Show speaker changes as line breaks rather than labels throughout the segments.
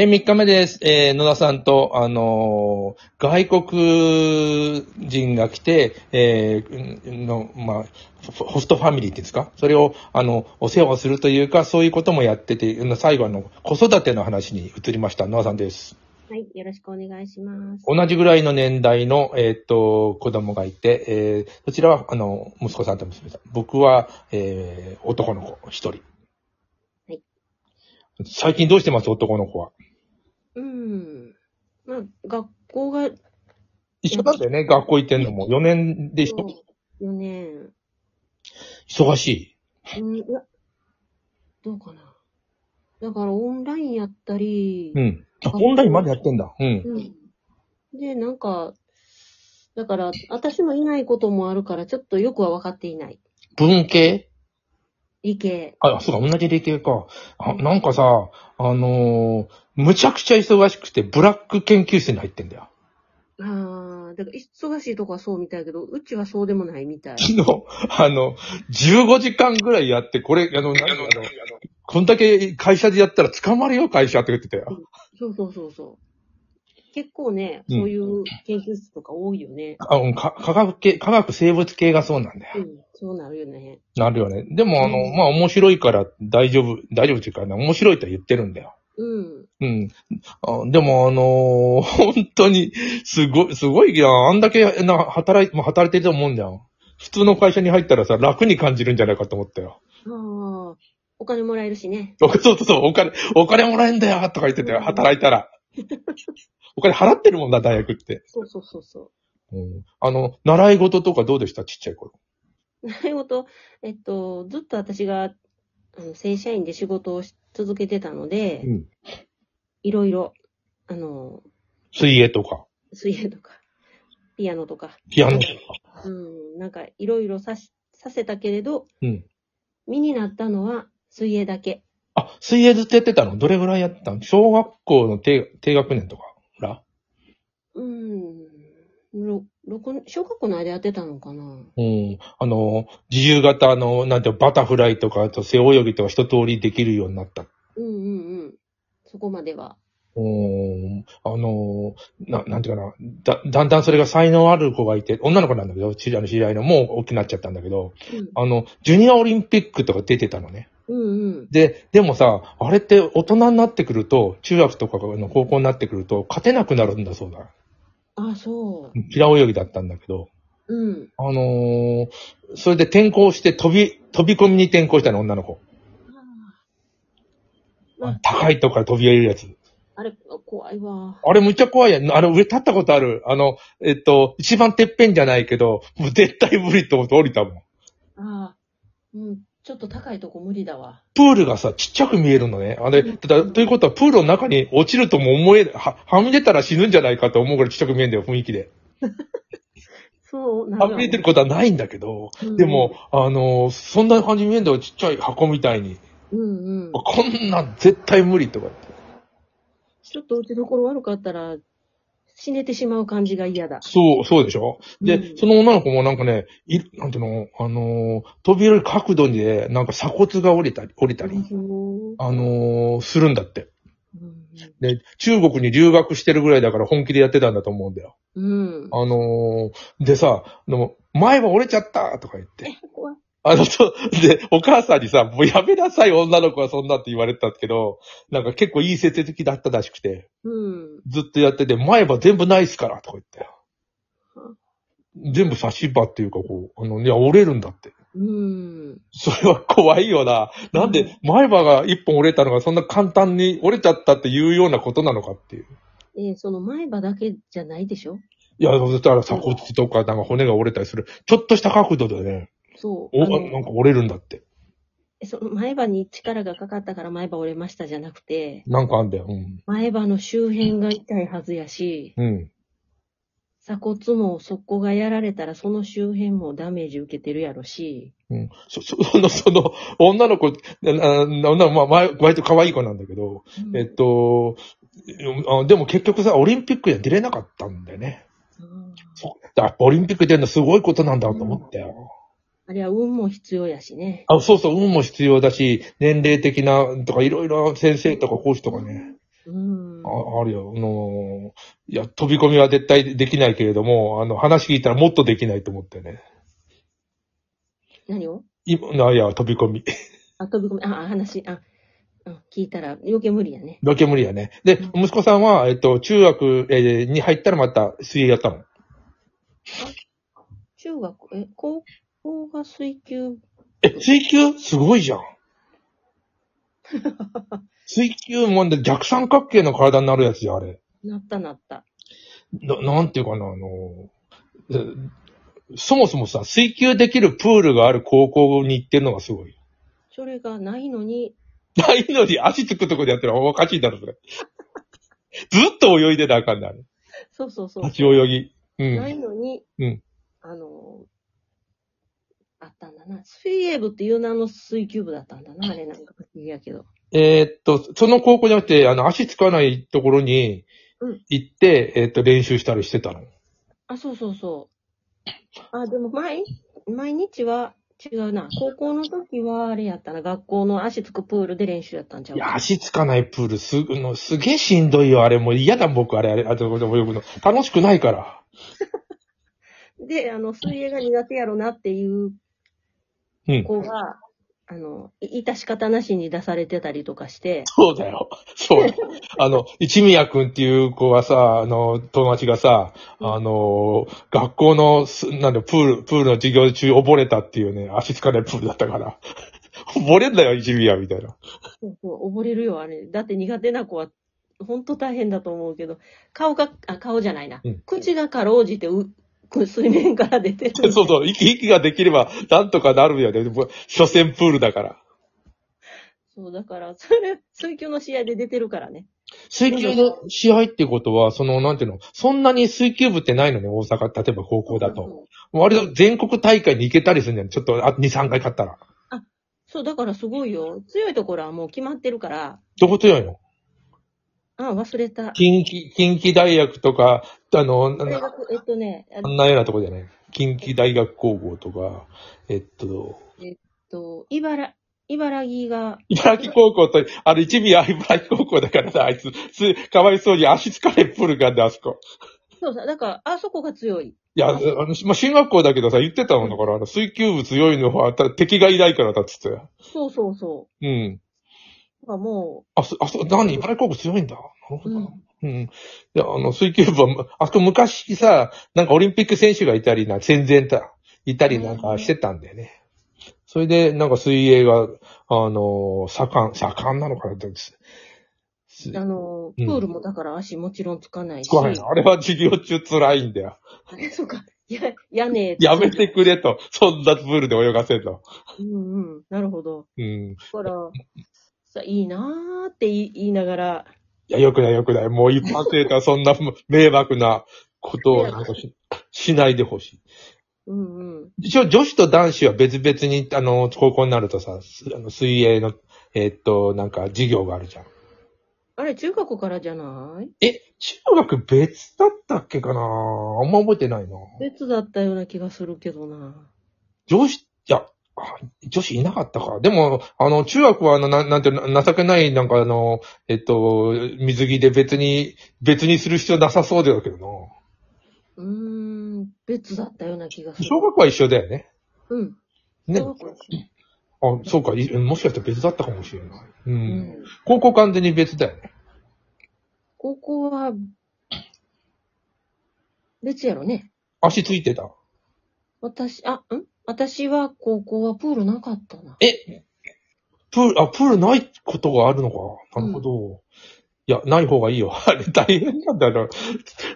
え、3日目です。えー野田さんと、あのー外国人が来て、えーんの、まあ、ホホストファミリーっていうんですかそれを、あの、お世話をするというか、そういうこともやってて、うん最後あの、子育ての話に移りました。野田さんです。
はい、よろしくお願いします。
同じぐらいの年代の、えーっと、子供がいて、えーそちらは、あの、息子さんと娘さん。僕は、えー男の子、一人。
はい
最近どうしてます男の子は。
うん。まあ、学校が、
一緒なんだよね、学校行ってんのも。4年で一緒
4年。
忙しい。
うん、いや、どうかな。だから、オンラインやったり
う、ん。あ、オンラインまでやってんだ。うん。
うん。で、なんか、だから、私もいないこともあるから、ちょっとよくは分かっていない。
文系
理系。
あ、そうか、同じ理系か。あ、なんかさ、あのーむちゃくちゃ忙しくて、ブラック研究室に入ってんだよ。
ああ、だから、忙しいとこはそうみたいだけど、うちはそうでもないみたい。
昨日、あの、15時間ぐらいやって、これ、あの、なんだろうこんだけ会社でやったら捕まるよ、会社って言ってたよ。
そうそうそうそう。結構ね、
うん
そういう研究室とか多いよね。
あ、うん、か科学系、科学生物系がそうなんだ
う
よ。
ん、そうなるよね。
なるよね。でも、あの、
うん
まあ、面白いから大丈夫、大丈夫っていうか、ね、面白いとは言ってるんだよ。
うん。
うん。あでも、あのー 本当に、すごい、すごいな。あんだけ、な、働い、まあ働いてると思うんだよ。普通の会社に入ったらさ、楽に感じるんじゃないかと思ったよ。
ああ、お金もらえるしね。
おそうそうそう、お金、お金もらえんだよとか言ってたよ、働いたら。 お金払ってるもんだ、大学って。
そうそうそうそ
うん。あの、習い事とかどうでしたちっちゃい頃。
う。習い事、えっと、ずっと私が、あの、正社員で仕事をし続けてたので、
うん
いろいろ、あの、
水泳とか、
水泳とか、ピアノとか、
ピアノとか。
うん、なんかいろいろさし、させたけれど、
うん。
身になったのは水泳だけ。
あ、水泳ずっとやってたのどれぐらいやってたの小学校の低低学年とから
うん、ろ六小学校の間やってたのかな。
うん。あの、自由形の、なんていうのバタフライとか、あと背泳ぎとか一通りできるようになった。
うんうんうん。そこまでは。
うん。あの、な、なんていうかな。だ、だんだんそれが才能ある子がいて、女の子なんだけど、知り合いの知り合いの、もう大きくなっちゃったんだけど、
うん
あの、ジュニアオリンピックとか出てたのね。
うんうん。
で、でもさ、あれって大人になってくると、中学とかの高校になってくると、勝てなくなるんだそうだ。
あ、そ
平泳ぎだったんだけど、
う。うん。
あのーそれで転校して飛び、飛び込みに転校したの、女の子。
まあ
高いとこから飛び降りるやつ。
あれ、怖いわ。
あれむっちゃ怖いやん。あれ上立ったことある。あの、えっと、一番てっぺんじゃないけど、もう絶対無理と思って降りたもん。
ああ。うん。ちょっと高いとこ無理だわ。
プールがさ、ちっちゃく見えるのね。あれ、
うん
だということは、プールの中に落ちるとも思え、は、はみ出たら死ぬんじゃないかと思うぐらいちっちゃく見えんだよ、雰囲気で。
そう、な
はみ出てることはないんだけど、でも、、あのーそんな感じに見えんだよ、ちっちゃい箱みたいに。
うんうん。
こんなん絶対無理とか言って。
ちょっと打ちどころ悪かったら、死ねてしまう感じが嫌だ。
そう、そうでしょで、
うん
その女の子もなんかね、い、なんていうの、あのー飛び降りる角度で、なんか鎖骨が折れたり、折れたり、
うん
あのーするんだって。
うん
で、中国に留学してるぐらいだから本気でやってたんだと思うんだよ。
うん。
あのーでさ、でも、前は折れちゃったとか言って。
怖い。
あの、そう、で、お母さんにさ、もうやめなさい、女の子はそんなって言われたけど、なんか結構いい成績だったらしくて、
うん。
ずっとやってて、前歯全部ないっすから、とか言って。全部差し歯っていうか、こう、あの、いや、折れるんだって。
うん。
それは怖いよな。なん
う
で
ん
前歯が一本折れたのがそんな簡単に折れちゃったっていうようなことなのかっていう。
えーその前歯だけじゃないでしょ
いや、そしたら鎖骨とかなんか骨が折れたりする。ちょっとした角度でね、
そう。
お
あ
なん
の
か折れるんだって。
その前歯に力がかかったから前歯折れましたじゃなくて、
なんかあんだよ。うん。
前歯の周辺が痛いはずやし、
うん。
鎖骨もそこがやられたらその周辺もダメージ受けてるやろし。
うん、そ、 そその、その、女の子、ああ女の子、まあ、前割と可愛い子なんだけど、えっと、あでも結局さ、オリンピックには出れなかったんだよね。
うん
そうだからオリンピック出るのすごいことなんだと思ったよ。
あれは運も必要やしね。
あ、そうそう、運も必要だし、年齢的な、とか、いろいろ先生とか講師とかね。
うん。
ああるよ。あのーいや、飛び込みは絶対できないけれども、あの、話聞いたらもっとできないと思ってね。
何を
今、あいや、飛び込み。
あ、飛び込み、あ、あ話、あ、うん、聞いたら余計無理やね。
だけ無理やね。で、息子さんは、えっと、中学、えーに入ったらまた水泳やったの。
中学、え、高校が水球、
え、水球すごいじゃん。水球もんで逆三角形の体になるやつじゃん、あれ。
なったなった。
な、なんていうかな、あのーえそもそもさ、水球できるプールがある高校に行ってるのがすごい。
それがないのに、
ないのに足つくとこでやってるのおかしいだろ、そ れ。ずっと泳いでたらあかんだ、あれ。
そうそうそう。
立ち泳ぎ。う。
なんいのに、
うん
あの、あったんだな。水泳部っていう名の水球部だったんだな、あれなんか不思議やけど。
えーっと、その高校じゃなくて、あの、足つかないところに
うん
行って、えーっと、練習したりしてたの。
あ、そうそうそう。あ、でも毎、毎日は違うな。高校の時はあれやったな。学校の足つくプールで練習やったんちゃう
いや、足つかないプール、す、のすげえしんどいよ、あれ。もう嫌だ、僕、あれ、あれ、あと、泳ぐの。楽しくないから。
で、あの、水泳が苦手やろなっていう
うん。
子が、あの、いた仕方なしに出されてたりとかして、
そうだよ。そうだよ。あの、一宮くんっていう子がさ、あの、友達がさ、あの、学校のす、なんだ、プール、プールの授業中溺れたっていうね、足つかないプールだったから。溺れんだよ、一宮、みたいな。
そうそう溺れるよ、あれ。だって苦手な子は、ほんと大変だと思うけど、顔が、あ、顔じゃないな。
うん
口がかろうじてう、く水面から出て
そう
る。
そう、息、息ができれば、なんとかなるよね。もう所詮プールだから。
そう、だから、それ、水球の試合で出てるからね。
水球の試合っていうことは、その、なんていうの、そんなに水球部ってないのね、大阪、例えば高校だ
うん
と。割と全国大会に行けたりするんじゃん。ちょっと、あ、2、3回勝ったら。
そう、だからすごいよ。強いところはもう決まってるから、
どこ強いの
あ、忘れた。
近畿、近畿大学とか、あの、な
大
な
学、えっとね、あ
あんなようなとこじゃない。近畿大学高校とか、えっと、
と、茨、茨城が、
茨城高校と、あの、一味は茨城高校だからさ、あいつ、す、かわいそうに足つかれプールがあんだ、あそこ。
そうさ、だから、あそこが強い。
いや、あの、まあ、進学校だけどさ、言ってたもんだから、あの水球部強いのは、た敵がいないからだっつって。
そうそうそ
うん。
う。だからも
あ、そ、あ、そう、何茨城高校強いんだ。なるほ
う、
ど
うん
な。。うん。いや、あの、水球部は、あそこ昔さ、なんかオリンピック選手がいたりな、戦前だ、いたりなんかしてたんだよね。それで、なんか水泳が、あのー盛ん、盛んなのかなって。す
あの、
う
プ
ん
ールもだから足もちろんつかないし。
つかないのあれは授業中辛いんだよ。
あ そうか。や、屋根。
やめてくれと。そんなプールで泳がせんの。
うんうん。なるほど。
うん。
だから、さ、いいなーって言い言いながら、
いや、よくないよくない。もう一般生徒はそんな迷惑なことをなんかししないでほしい。
うんうん。
一応女子と男子は別々に、あの、高校になるとさ、すあの水泳の、えーっと、なんか授業があるじゃん。
あれ、中学からじゃない
え、中学別だったっけかなあんま覚えてないな。
別だったような気がするけどな。
女子、いや、あ女子いなかったか。でも、あの、中学は、あの、ななんていうの、情けない、なんかあの、えっと、水着で別に、別にする必要なさそうだけどな。
うーん、別だったような気がする。
小学校は一緒だよね。
うん。
ね。
小学校一緒
あ、そうか。いもしかしたら別だったかもしれない。う。
うんん。
高校完全に別だよね。
高校は、別やろね。
足ついてた。
私、あ、ん私は高校はプールなかったな。
え、プール、あ、プールないことがあるのか。なるほど。いや、ない方がいいよ。 あれ、大変なんだよ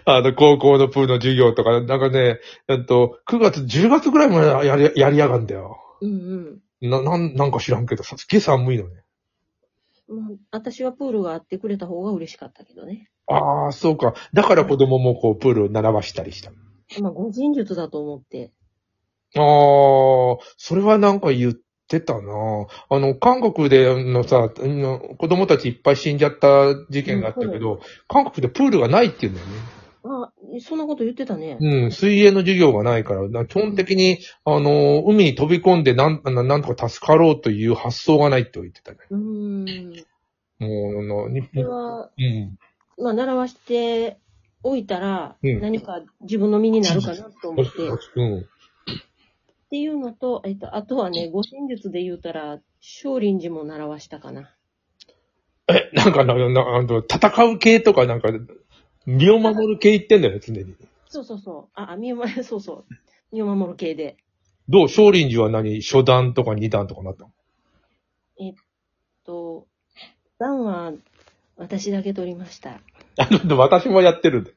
な。あの、高校のプールの授業とか、なんかね、えっと、9月、10月ぐらいまでやり、やりやがんだよ。
うん
な、なん、なんか知らんけど、さすげえ寒いのね。
うん。まあ、私はプールがあってくれた方が嬉しかったけどね。
ああ、そうか。だから子供もこう、プールを習わしたりした。あ
まあ、護人術だと思って。
あー、それはなんか言ってたな。あの、韓国であのさ、あの子供たちいっぱい死んじゃった事件があったけど、韓国でプールがないっていうんだよね。
あ、そんなこと言ってたね。
うん、水泳の授業がないから、な基本的に、あのー、海に飛び込んでなん、ななんとか助かろうという発想がないって言ってたね。
うーん。
もう、の、に、
それは、
うん。
まあ、習わしておいたら、
うん
何か自分の身になるかなと思って、っ
うん。
ていうのと、えっと、あとはね、護身術で言うたら、少林寺も習わしたかな。
え、なんか、な、な、あの、戦う系とか、なんか、身を守る系言ってんだよね、常に。
そうそうそう。あ、あ、身を守る、 そうそう。身を守る系で。
どう少林寺は何初段とか二段とかなったの
と、段は私だけ取りました。
あの、 私もやってるんで。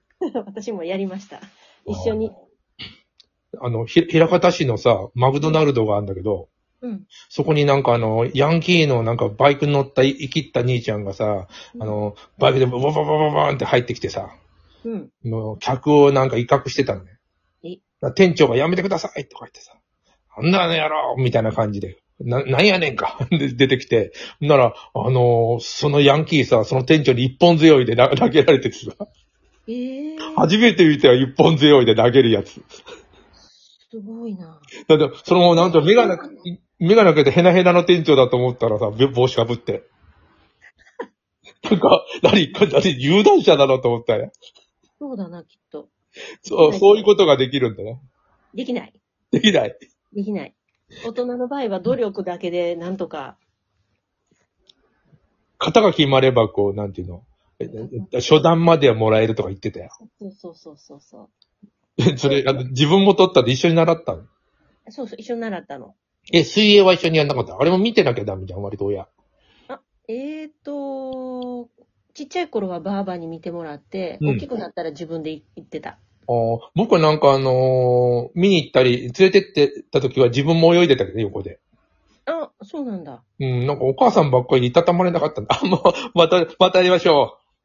私もやりました。一緒に。
あの、ひ、平方市のさ、マクドナルドがあるんだけど、
うん。
そこになんかあの、ヤンキーのなんかバイクに乗った、生きった兄ちゃんがさ、あの、バイクでボボボボボボーンって入ってきてさ、
うん。
の客をなんか威嚇してたのね。
え
だから店長がやめてくださいとか言ってさ、あんなの野郎みたいな感じで、な、なんやねんかで出てきて、なら、あのーそのヤンキーさ、その店長に一本強いでな投げられてさ、
ええー、
初めて見たよ、一本強いで投げるやつ。
すごいな。
だって、その、なんと、目がなく、目がなくてヘナヘナの店長だと思ったらさ、べ帽子かぶって。なんか、何、何、有段者だろうと思ったよ。
そうだな、きっと。
そう、そういうことができるんだね。
できない。
できない。
できない。大人の場合は努力だけでなんとか。
型が決まれば、こう、なんていうの。ええ初段まではもらえるとか言ってたよ。
そうそうそうそうそ
えそれ、あの、自分も取ったんで一緒に習ったの。
う。そうそう、一緒に習ったの。
え、水泳は一緒にやんなかった。あれも見てなきゃダメじゃん、割と親。
えーと、ちっちゃい頃はばあばに見てもらって、
うん
大きくなったら自分で行ってた。
あー僕はなんかあのー見に行ったり、連れてってた時は自分も泳いでたけどね、横で。
あ、そうなんだ。
うん、なんかお母さんばっかりいたたまれなかったんだ。あ、もう、また、またやりましょう。